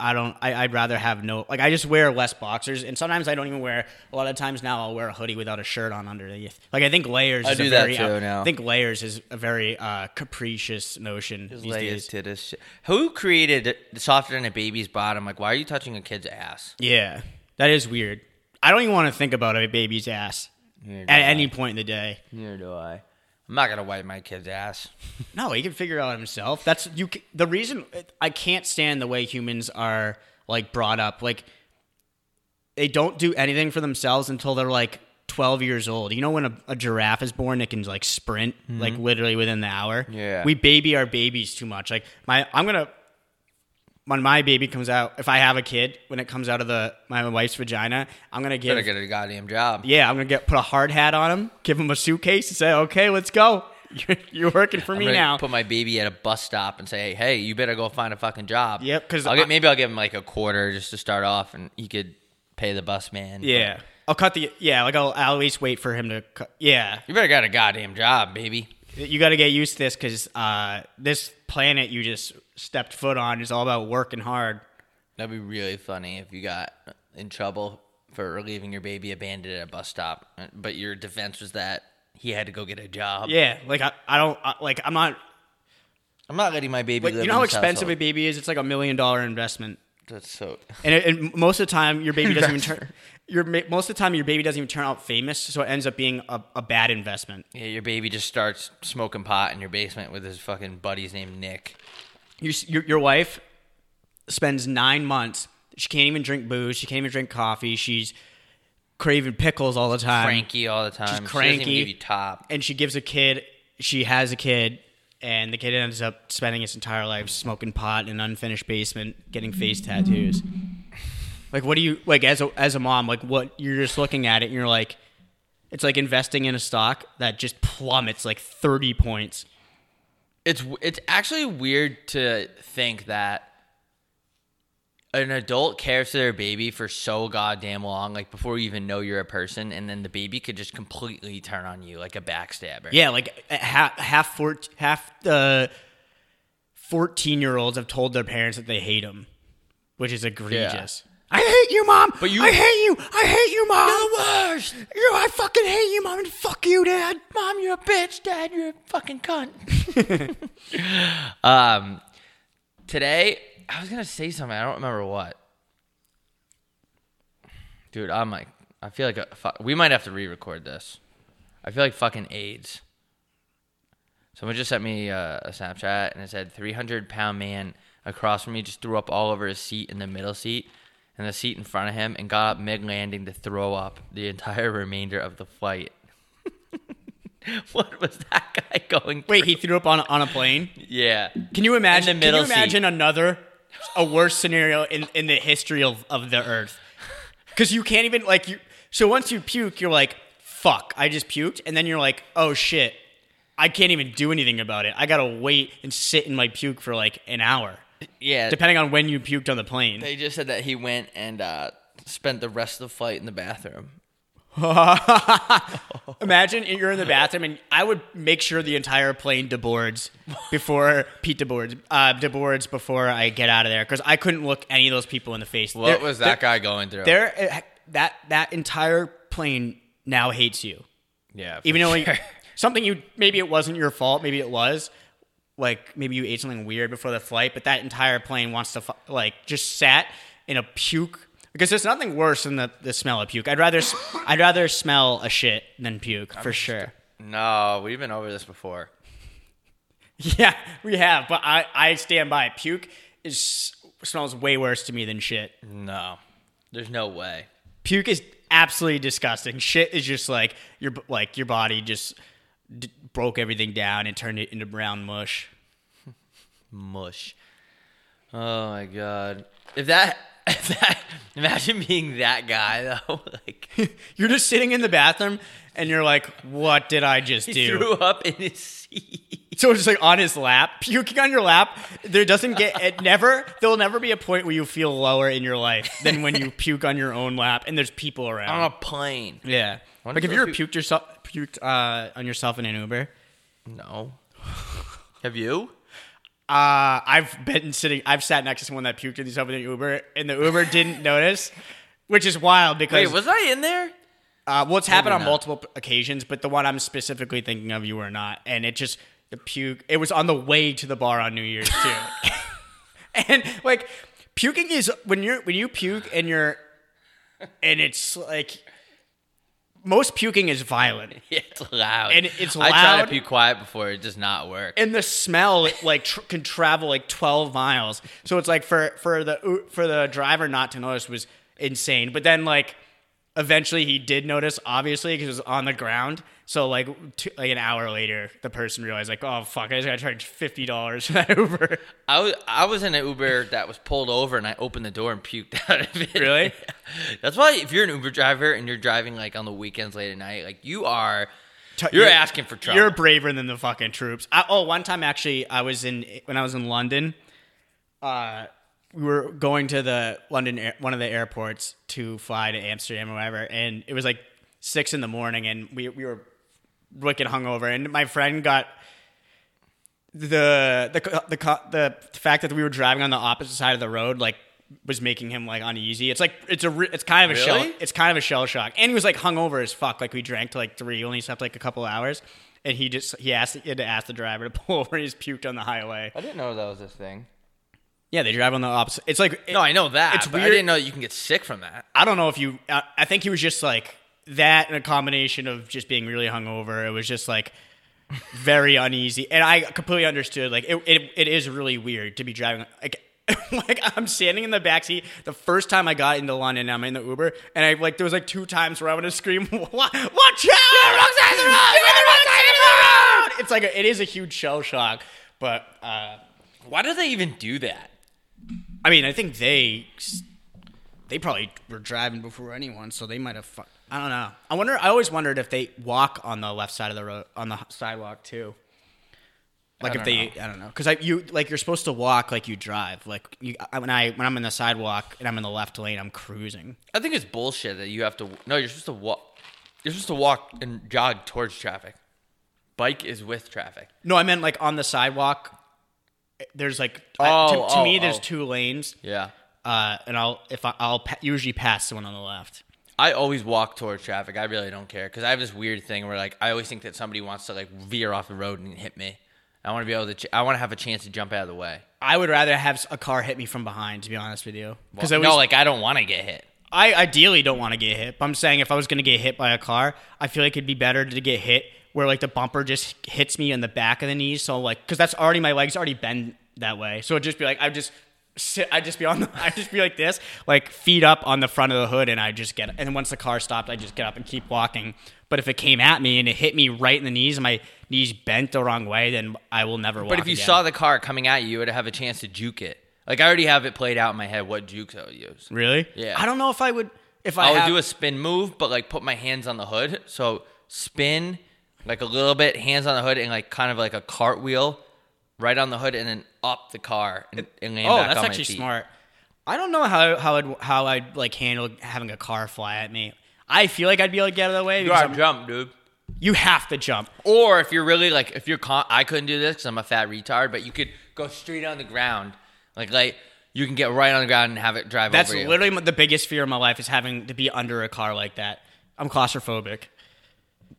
I don't, I, I'd rather have no. Like I just wear less boxers, and sometimes I don't even wear. A lot of times now, I'll wear a hoodie without a shirt on underneath. Like I think layers.
I
is
do
a
that
very,
too
out-
now.
I think layers is a very uh, capricious notion these
Layers,
days.
titties, shit. Who created it softer than a baby's bottom? Like, why are you touching a kid's ass?
Yeah, that is weird. I don't even want to think about a baby's ass
Neither do
at
I.
any point in the day.
Neither do I. I'm not gonna wipe my kid's ass.
No, he can figure it out himself. That's you. c- The reason I can't stand the way humans are like brought up, like they don't do anything for themselves until they're like twelve years old. You know, when a, a giraffe is born, it can like sprint like literally within the hour.
Mm-hmm. Yeah.
we baby our babies too much. Like my, I'm gonna when my baby comes out, if I have a kid, when it comes out of the my wife's vagina, I'm gonna give.
Better get a goddamn job.
yeah, I'm gonna get put a hard hat on him, give him a suitcase, and say, "Okay, let's go. (laughs) You're, you're working for
I'm
me
gonna
now."
Put my baby at a bus stop and say, "Hey, you better go find a fucking job."
Yep, 'cause
I'll get
I-
maybe I'll give him like a quarter just to start off, and he could pay the bus man.
Yeah. I'll cut the yeah, like I'll, I'll at least wait for him to cut. Yeah,
you better get a goddamn job, baby.
you got to get used to this because uh, this planet you just stepped foot on is all about working hard.
That'd be really funny if you got in trouble for leaving your baby abandoned at a bus stop, but your defense was that he had to go get a job.
Yeah, like I, I don't I, like I'm not
I'm not letting my baby.
like
live
you know how expensive a baby is. It's like a million dollar investment,
it. That's so. (laughs)
and, it, and most of the time your baby doesn't even turn. Your ma- most of the time your baby doesn't even turn out famous, so it ends up being a, a bad investment.
Yeah, your baby just starts smoking pot in your basement with his fucking buddies named Nick.
your, your, your wife spends nine months. She can't even drink booze. She can't even drink coffee. She's craving pickles all the time.
Cranky all the time. She doesn't
cranky.
even give you top.
And she gives a kid, she has a kid, and the kid ends up spending his entire life smoking pot in an unfinished basement, getting face tattoos. Like, what do you, like, as a, as a mom, like, what, you're just looking at it and you're like, it's like investing in a stock that just plummets like 30 points.
It's it's actually weird to think that an adult cares for their baby for so goddamn long, like before you even know you're a person, and then the baby could just completely turn on you like a backstabber.
Yeah, like half half four, half the fourteen year olds have told their parents that they hate them, which is egregious. I hate you, mom.
But you-
I hate you. I hate you, mom.
the worst.
You, I fucking hate you, mom, and fuck you, dad.
Mom, you're a bitch. Dad, you're a fucking cunt. (laughs) um, today I was gonna say something. I don't remember what. Dude, I'm like, I feel like a, fu- we might have to re-record this. I feel like fucking AIDS. Someone just sent me uh, a Snapchat and it said 300 pound man across from me just threw up all over his seat in the middle seat and the seat in front of him and got up mid landing to throw up the entire (laughs) remainder of the flight. (laughs) what was that guy going
Wait, he threw up on on a plane.
through? Yeah.
Can you imagine?
In the middle
can you imagine another a worse scenario in in the history of of the earth? Because you can't even like you. So once you puke, you're like, fuck, I just puked, and then you're like, oh shit, I can't even do anything about it. I gotta wait and sit in my puke for like an hour,
Yeah.
depending on when you puked on the plane.
They just said that he went and uh, spent the rest of the flight in the bathroom.
(laughs) Imagine you're in the bathroom, and I would make sure the entire plane deboards before Pete deboards, uh, deboards before I get out of there because I couldn't look any of those people in the face. They're- they're-
guy going through?
There, that that entire plane now hates you,
Yeah.
even though (laughs) like, something you maybe it wasn't your fault, maybe it was. Like maybe you ate something weird before the flight, but that entire plane wants to fu- like just sat in a puke Because there's nothing worse than the, the smell of puke. I'd rather s- I'd rather smell a shit than puke for sure.
No, we've been over this before.
(laughs) Yeah, we have, but I I stand by it. Puke is smells way worse to me than shit.
No, there's no way.
Puke is absolutely disgusting. Shit is just like your b- like your body just d- broke everything down and turned it into brown mush.
Mush. Oh my god. If that, (laughs) if that, imagine being that guy though. (laughs) like
You're just sitting in the bathroom and you're like, "What did I just
he
do?"
threw up in his seat.
(laughs) So it's just like on his lap, puking on your lap. There doesn't get it never. There will never be a point where you feel lower in your life than when (laughs) you puke on your own lap and there's people
On
around.
a plane.
Yeah, like
Wonder if
if you ever
those
puked yourself puked uh, on yourself in an Uber.
No. Have you?
Uh, I've been sitting. I've sat next to someone that puked themselves in an Uber, and the Uber didn't notice, which is wild because
Wait, was I in (laughs) there?
Uh, well, it's happened on
not.
multiple occasions, but the one I'm specifically thinking of, you were not, and it just the puke. It was on the way to the bar on New Year's too, and like puking is when you're when you puke and you're, and it's like most puking is violent,
It's loud.
And it's
I try
loud.
to be quiet before it does not work.
and the smell it, like tr- can travel like 12 miles so it's like for for the for the driver not to notice was insane but then like eventually he did notice obviously because it was on the ground so like two, like an hour later the person realized like oh fuck i just gotta charge $50 for that (laughs) uber
I was I was in an Uber that was pulled over, and I opened the door and puked (laughs) out of it.
Really?
That's why if you're an Uber driver and you're driving like on the weekends late at night, like you are,
(laughs) T-
you're, asking for trouble.
You're braver than the fucking troops. I, oh, one time actually, I was in when I was in London. Uh, we were going to the London air, one of the airports to fly to Amsterdam or whatever, and it was like six in the morning, and we we were wicked hungover, and my friend got. The, the co- the co- the fact that we were driving on the opposite side of the road like was making him like uneasy. It's like it's a re- it's kind of a shell
Really?
it's kind of a shell shock. And he was like hungover as fuck. Like we drank to like three, only slept like a couple hours. And he just he asked he had to ask the driver to (laughs) pull over. He just puked on the highway.
I didn't know that was this thing.
Yeah, they drive on the opposite. It's like
No, I know that.
It's
but I
weird.
didn't know that you can get sick from that.
I don't know if you. I, I think he was just like that, and a combination of just being really hungover. It was just like very uneasy, and I completely understood. Like it, it, it is really weird to be driving. Like, (laughs) like I'm standing in the backseat. The first time I got into London, I'm in the Uber, and I like there was like two times where I want to scream, (laughs) "Wa- "Watch out! You're on the wrong side of the road! You're on the wrong side of the road!" It's like a, it is a huge shell shock, but. uh
Why do they even do that?
I mean, I think they they probably were driving before anyone, so they might have. Fu- I don't know. I wonder. I always wondered if they walk on the left side of the road on the sidewalk too. Like if
don't
they, I don't know, because I you like you're supposed to walk like you drive. Like you, I- when I when I'm in the sidewalk and I'm in the left lane, I'm cruising.
I think it's bullshit that you have to. No, you're supposed to walk. You're supposed to walk and jog towards traffic. Bike is with traffic.
No, I meant like on the sidewalk. eh, There's like I, to,
Oh,
to
oh,
me, there's
oh.
two lanes,
Yeah.
uh, and I'll if I, I'll pa- usually pass someone on the left.
I always walk towards traffic. I really don't care because I have this weird thing where like I always think that somebody wants to like veer off the road and hit me. I want to be able to. Ch- I want to have a chance to jump out of the way.
I would rather have a car hit me from behind, to be honest with you. Because
no, like I don't want to get hit.
I ideally don't want to get hit. But I'm saying if I was going to get hit by a car, I feel like it'd be better to get hit where like the bumper just hits me in the back of the knee. So like, because that's already my legs already bend that way. So it'd just be like I just sit, I would just be on, the, (laughs) I would just be like this, like feet up on the front of the hood, and I just get. And once the car stopped, I just get up and keep walking. But if it came at me and it hit me right in the knees, and my knees bent the wrong way, then I will never walk.
But if you
again.
saw the car coming at you, you would have a chance to juke it. Like I already have it played out in my head what jukes I would use.
really,
Yeah.
I don't know if I would. If I,
I would
have-
do a spin move, but like put my hands on the hood. So spin like a little bit, hands on the hood, and like kind of like a cartwheel right on the hood, and then up the car and, and land
Oh,
back
that's
on my
actually
feet.
smart. I don't know how how I'd, how I'd like handle having a car fly at me. I feel like I'd be able to get out of the way
You
because
gotta
I'm-
jump, dude.
you have to jump.
Or if you're really like, if you're, con- I couldn't do this because I'm a fat retard, but you could go straight on the ground, like like you can get right on the ground and have it drive
That's
over you.
literally my- the biggest fear of my life is having to be under a car like that. I'm claustrophobic.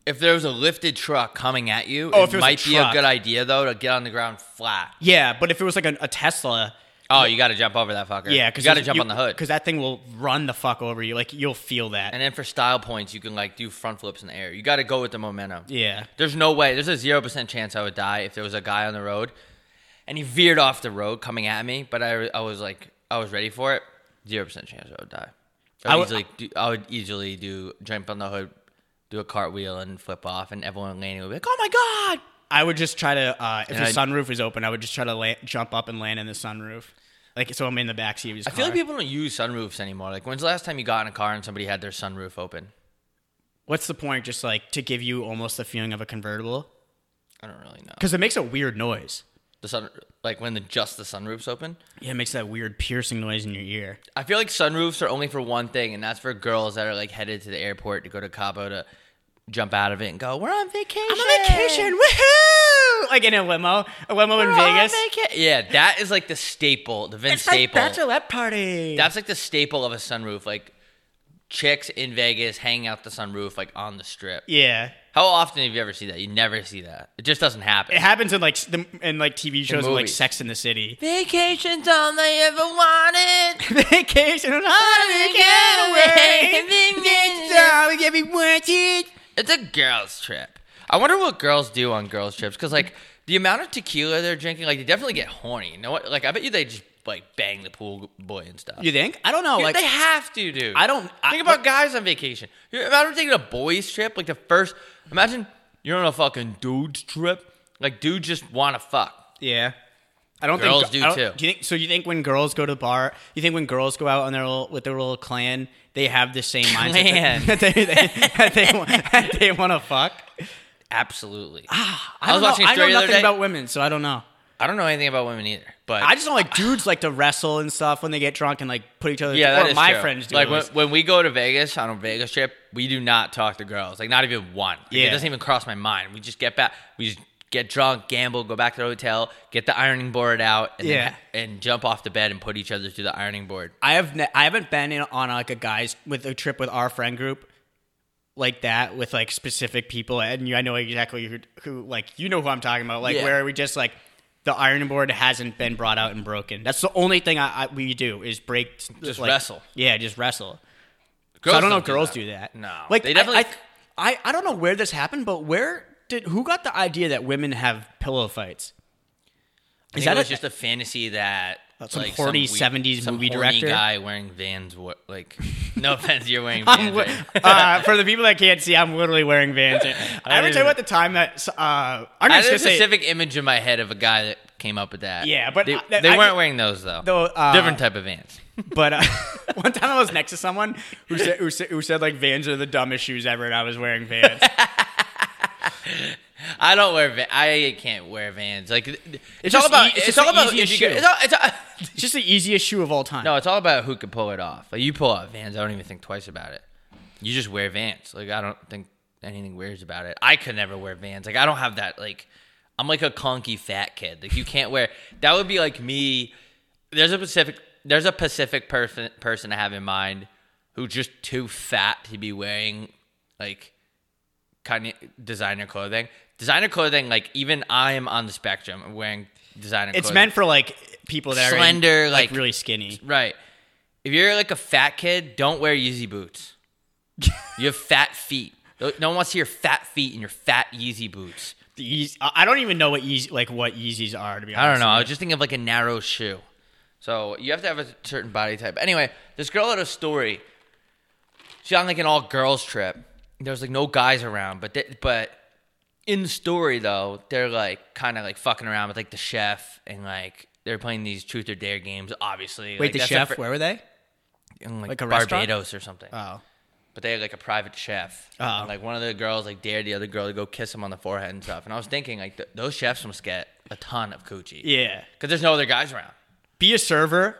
if there was a lifted truck coming at you,
Oh, if
it,
it was a
might be a
truck.
good idea though to get on the ground flat.
Yeah, but if it was like a, a Tesla
Oh, you got to jump over that fucker.
Yeah,
you got to jump on the hood.
because that thing will run the fuck over you. Like you'll feel that.
And then for style points, you can like do front flips in the air. You got to go with the momentum.
yeah,
There's no way. There's a zero percent chance I would die if there was a guy on the road, and he veered off the road coming at me. But I, I was like, I was ready for it. Zero percent chance I would die. I
I
would
would-
easily, do, I would easily do jump on the hood, do a cartwheel, and flip off, and everyone landing would be like, "Oh my god!"
I would just try to uh, if
And
the
I-
sunroof is open, I would just try to la- jump up and land in the sunroof. Like so, I'm in the backseat of his
I feel like people don't use sunroofs anymore. Like, when's the last time you got in a car and somebody had their sunroof open?
What's the point? Just like to give you almost the feeling of a convertible
I don't really know.
because it makes a weird noise.
The sun, like when the just the sunroofs open.
Yeah, it makes that weird piercing noise in your ear.
I feel like sunroofs are only for one thing, and that's for girls that are like headed to the airport to go to Cabo to jump out of it and go, "We're on vacation."
I'm on vacation, woohoo! Like in a limo, a limo in
We're on
Vegas.
vaca- yeah, that is like the staple, the Vince
It's like
staple.
bachelorette party.
that's like the staple of a sunroof. Like chicks in Vegas hanging out the sunroof, like on the strip.
yeah.
How often have you ever seen that? You never see that. It just doesn't happen.
It happens in like s- the, in like TV shows and like
movies.
Sex in the City. (laughs)
Vacation's all I ever wanted. (laughs)
Vacation and holiday getaway.
(laughs)
Next time we get me wanted.
It's a girls' trip. I wonder what girls do on girls' trips because, like, the amount of tequila they're drinking, like, they definitely get horny. You know what? Like, I bet you they just like bang the pool boy and stuff.
You think? I don't know.
Dude,
Like
they have to, dude.
I don't- I-
think about guys on vacation. You imagine taking a boys' trip, like the first. Imagine you're on a fucking dudes' trip. Like, dudes just want to fuck.
yeah. I don't
Girls
think
do
I don't-
too.
Do you think so? You think when girls go to bar, you think when girls go out on their little, with their little clan, they have the same
Clan.
mindset (laughs) that, that they that they, wa- (laughs) that they want to fuck?
Absolutely.
I,
was
don't know.
watching a
I know
story the other
nothing
day.
about women, so I don't know.
I don't know anything about women either, but
I just don't like dudes like to wrestle and stuff when they get drunk and like put each other.
Yeah,
or
that is
my
true.
friends do.
Like
at
when,
least.
when we go to Vegas on a Vegas trip, we do not talk to girls. Like not even one. Like, It
Yeah.
doesn't even cross my mind. We just get back. We just get drunk, gamble, go back to the hotel, get the ironing board out, and then- and jump off the bed and put each other to the ironing board.
I have ne- I haven't been in, on like a guys with a trip with our friend group like that with like specific people and you I know exactly who, who like you know who I'm talking about like
Yeah.
where we just like the iron board hasn't been brought out and broken. That's the only thing I, I we do is break
Just
like-
wrestle.
Yeah, just wrestle.
Girls
so I don't know if girls do that.
No,
like
they definitely.
I, I I I don't know where this happened, but where did who got the idea that women have pillow fights?
is
Is
that
that
it was
a-
just a fantasy that
Some
like,
horny
some
70s
some
movie
horny
director?
guy wearing Vans. wa- Like, (laughs) no offense, you're wearing
I'm
Vans.
li- (laughs)
right?
uh, for the people that can't see, I'm literally wearing Vans. I
(laughs) I
ever tell you
didn't-
about the time that uh, I'm
I
not
had
just
a
gonna say
specific image in my head of a guy that came up with that.
Yeah, but
they,
I- that-
they
I-
weren't wearing those though.
Though, (laughs) uh,
Different type of Vans.
But
(laughs)
uh, one time I was next to someone who said, who said who said like Vans are the dumbest shoes ever, and I was wearing
(laughs)
Vans.
I don't wear. Va- I can't wear Vans. Like it's,
just
all about.
e- it's
it's,
just
all
the
about.
easiest
if you could-
shoe.
It's all, it's all,
it's just the easiest shoe of all time.
no, it's all about who can pull it off. Like you pull off Vans, I don't even think twice about it. You just wear Vans. Like I don't think anything weird about it. I could never wear Vans. Like I don't have that. Like I'm like a clunky fat kid. Like you can't wear. That would be like me. There's a Pacific. There's a Pacific person person I have in mind who just too fat to be wearing like kind of designer clothing. Designer clothing, like even I am on the spectrum of wearing designer.
it's
clothing.
meant for like people that are
Slender,
in,
like-
really skinny.
Right. If you're like a fat kid, don't wear
(laughs)
Yeezy boots. you have fat feet. No no one wants to see your fat feet and your fat Yeezy boots.
The Yeez- I I don't even know what Yeez- like what Yeezys are to be honest.
I don't know. I was just thinking of like a narrow shoe. So you have to have a certain body type. Anyway, this girl had a story. She on like an all girls trip. There was like no guys around, but they, but in the story though, they're like kind of like fucking around with like the chef and like they're playing these truth or dare games. Obviously,
Wait,
Like,
the
that's
chef?
fir-
where were they?
in like,
like a restaurant?
Barbados or something.
Oh,
but they had like a private chef.
Oh.
And, like one of the girls like dared the other girl to go kiss him on the forehead and stuff. And I was thinking like th- those chefs must get a ton of coochie.
yeah.
Because there's no other guys around.
Be a server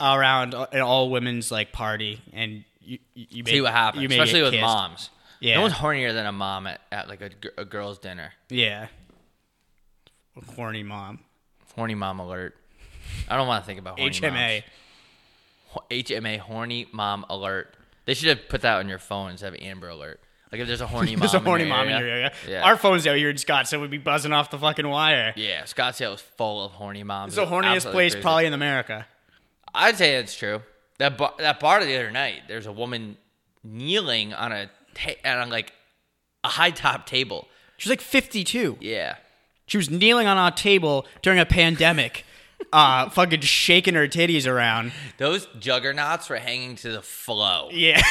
around an all women's like party, and you you, you may,
See what happens,
You may
especially
get
with
kissed.
moms.
Yeah.
No one's hornier than a mom at, at like a, gir- a girl's dinner.
Yeah, horny mom.
Horny mom alert. I don't want to think about horny
HMA. (laughs)
moms. Ho- HMA horny mom alert. They should have put that on your phone instead of Amber alert. Like if there's a horny
(laughs)
mom,
There's a
in
horny
your
mom
area.
in your area.
Yeah.
Our phones out here in Scottsdale would be buzzing off the fucking wire.
yeah, Scottsdale is full of horny moms.
It's the horniest
Absolutely
place
crazy.
probably in America.
I'd say that's true. That bar, that bar the other night, there's a woman kneeling on a ta- on like a high top table.
She was like 52.
Yeah,
She was kneeling on our table during a pandemic, (laughs) uh, fucking shaking her titties around.
those juggernauts were hanging to the flow. (laughs)
Yeah.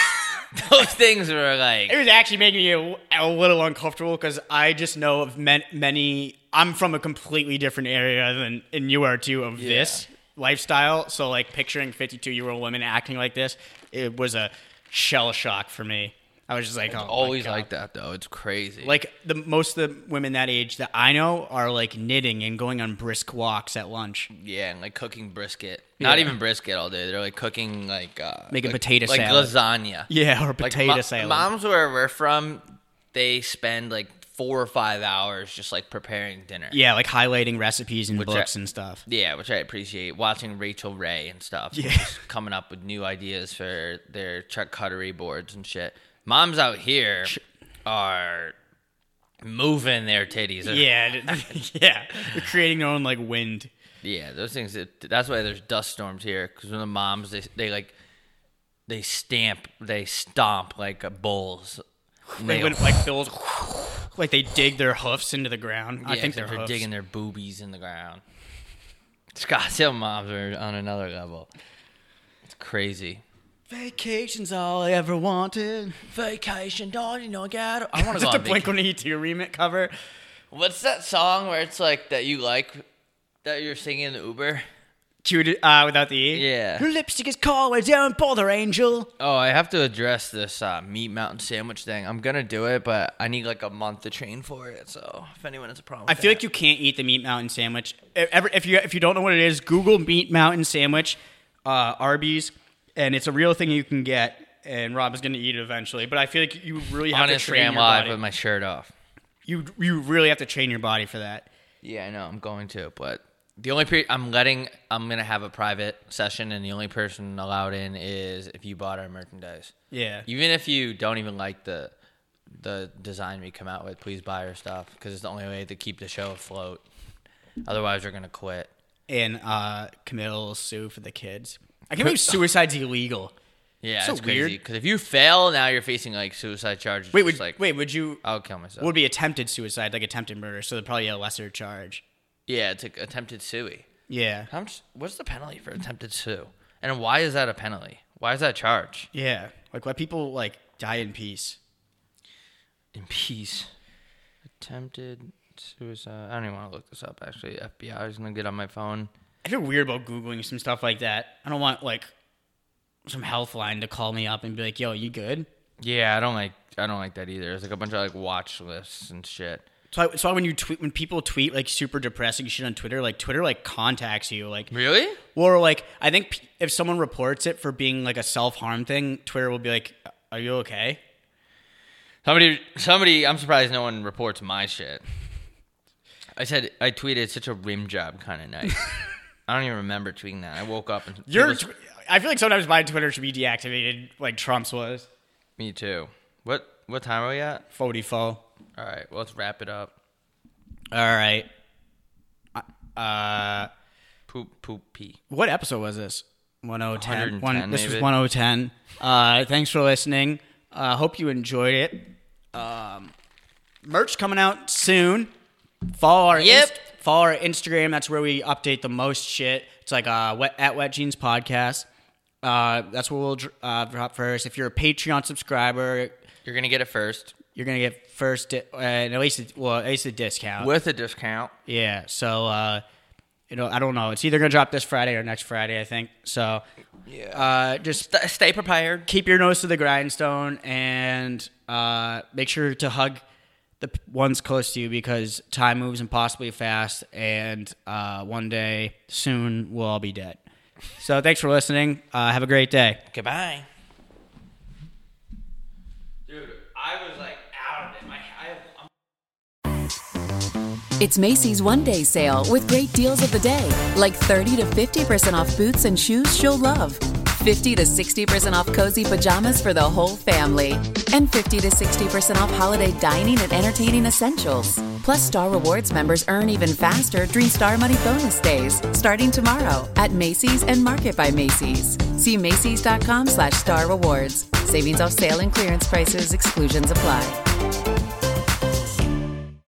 Those things were like,
It was actually making me a, a little uncomfortable because I just know of men, many. I'm from a completely different area than and you are too of this lifestyle. So like picturing 52 year old women acting like this, it was a shell shock for me. I was just like, oh, my
always
God.
like that though. It's crazy.
Like the most of the women that age that I know are like knitting and going on brisk walks at lunch.
Yeah, and like cooking brisket. Not
Yeah.
even brisket all day. They're like cooking like uh,
Making
like-
potato
like
salad.
lasagna.
Yeah, or
Like,
potato
mo-
salad.
Moms where we're from, they spend like four or five hours just like preparing dinner.
yeah, like highlighting recipes and
I-
books and
(laughs)
stuff.
Yeah, which I appreciate. Watching Rachel Ray and stuff.
Yeah.
just coming up with new ideas for their charcuterie boards and shit. Moms out here are moving their titties. They're-
Yeah, (laughs) yeah. They're creating their own like wind.
Yeah, those things. That, that's why there's dust storms here because when the moms they they like they stamp they stomp like uh, bulls. And
They went
yeah,
like those, like they dig their hoofs into the ground. I think they're
except for
hoofs.
digging their boobies in the ground. Scottsdale moms are on another level. It's crazy.
Vacation's all I ever wanted.
Vacation, don't you know, God? I want
Is this
to go
a
on vacation.
Blink One Eighty Two remix cover?
What's that song where it's like that you like that you're singing in the Uber?
Cute uh, without the e.
Yeah.
Your lipstick is cold. I don't bother, angel.
Oh, I have to address this uh, meat mountain sandwich thing. I'm gonna do it, but I need like a month to train for it. So if anyone has a problem,
I feel like you can't eat the Meat Mountain sandwich. If, ever- if you if you don't know what it is, Google Meat Mountain sandwich, uh, Arby's, and it's a real thing you can get. And Rob is going to eat it eventually. But I feel like you really have
on
to train
Instagram
your
live
body.
with my shirt off.
you you really have to train your body for that.
Yeah, I know. I'm going to, but the only period I'm letting, I'm gonna have a private session, and the only person allowed in is if you bought our merchandise.
Yeah.
Even if you don't even like the the design we come out with, please buy our stuff because it's the only way to keep the show afloat. Otherwise, we're gonna quit.
and uh, Camille sue for the kids. I can't (laughs) believe suicide's illegal.
Yeah,
So
it's crazy.
weird.
Because if you fail, now you're facing like suicide charges.
Wait,
which
would uh,
is, like
wait would you?
I'll kill myself.
Would be attempted suicide, like attempted murder, so probably a lesser charge.
yeah, it's like attempted suey.
Yeah,
How much? What's the penalty for attempted sue? And why is that a penalty? Why is that charge?
yeah. Like let people like die in peace.
In peace. Attempted suicide. I don't even want to look this up. Actually, FBI is gonna get on my phone.
I feel weird about googling some stuff like that. I don't want like some health line to call me up and be like, "Yo, you good?"
Yeah, I don't like. I don't like that either. There's like a bunch of like watch lists and shit.
So, I, so when you tweet, when people tweet like super depressing shit on Twitter, like Twitter like contacts you, like
Really?
Or like, I think p- if someone reports it for being like a self harm thing, Twitter will be like, "Are you okay?"
Somebody, somebody. I'm surprised no one reports my shit. I said I tweeted such a rim job kind of (laughs) night. I don't even remember tweeting that. I woke up and
Your,
It was-
tw- I feel like sometimes my Twitter should be deactivated, like Trump's was.
me too. What what time are we at?
Forty four.
All right, well, let's wrap it up.
All right. Uh,
Poop poop pee.
what episode was this? 1010. One,
110,
this was
maybe.
1010. Uh, thanks for listening. Uh, hope you enjoyed it. Um, merch coming out soon. Follow our
Yep.
inst- follow our Instagram. That's where we update the most shit. It's like uh, wet, at Wet Jeans Podcast. Uh, that's where we'll dr- uh, drop first. If you're a Patreon subscriber,
You're gonna get it first
you're gonna get first di- uh, and at least a, well at least a discount.
with a discount.
Yeah. So uh, you know, I don't know. It's either gonna drop this Friday or next Friday, I think. So
Yeah.
uh, just
St- stay prepared.
keep your nose to the grindstone and uh, make sure to hug the p- ones close to you because time moves impossibly fast, and uh, one day soon we'll all be dead. So thanks for listening. Uh, have a great day.
Goodbye. Dude, I was like out of it. My, I have, I'm
It's Macy's One Day Sale with great deals of the day, like 30 to 50% off boots and shoes she'll love. 50 to 60% off cozy pajamas for the whole family. And 50 to 60% off holiday dining and entertaining essentials. Plus, Star Rewards members earn even faster Dream Star Money bonus days starting tomorrow at Macy's and Market by Macy's. See Macy's.com slash Star Rewards. Savings off sale and clearance prices, exclusions apply.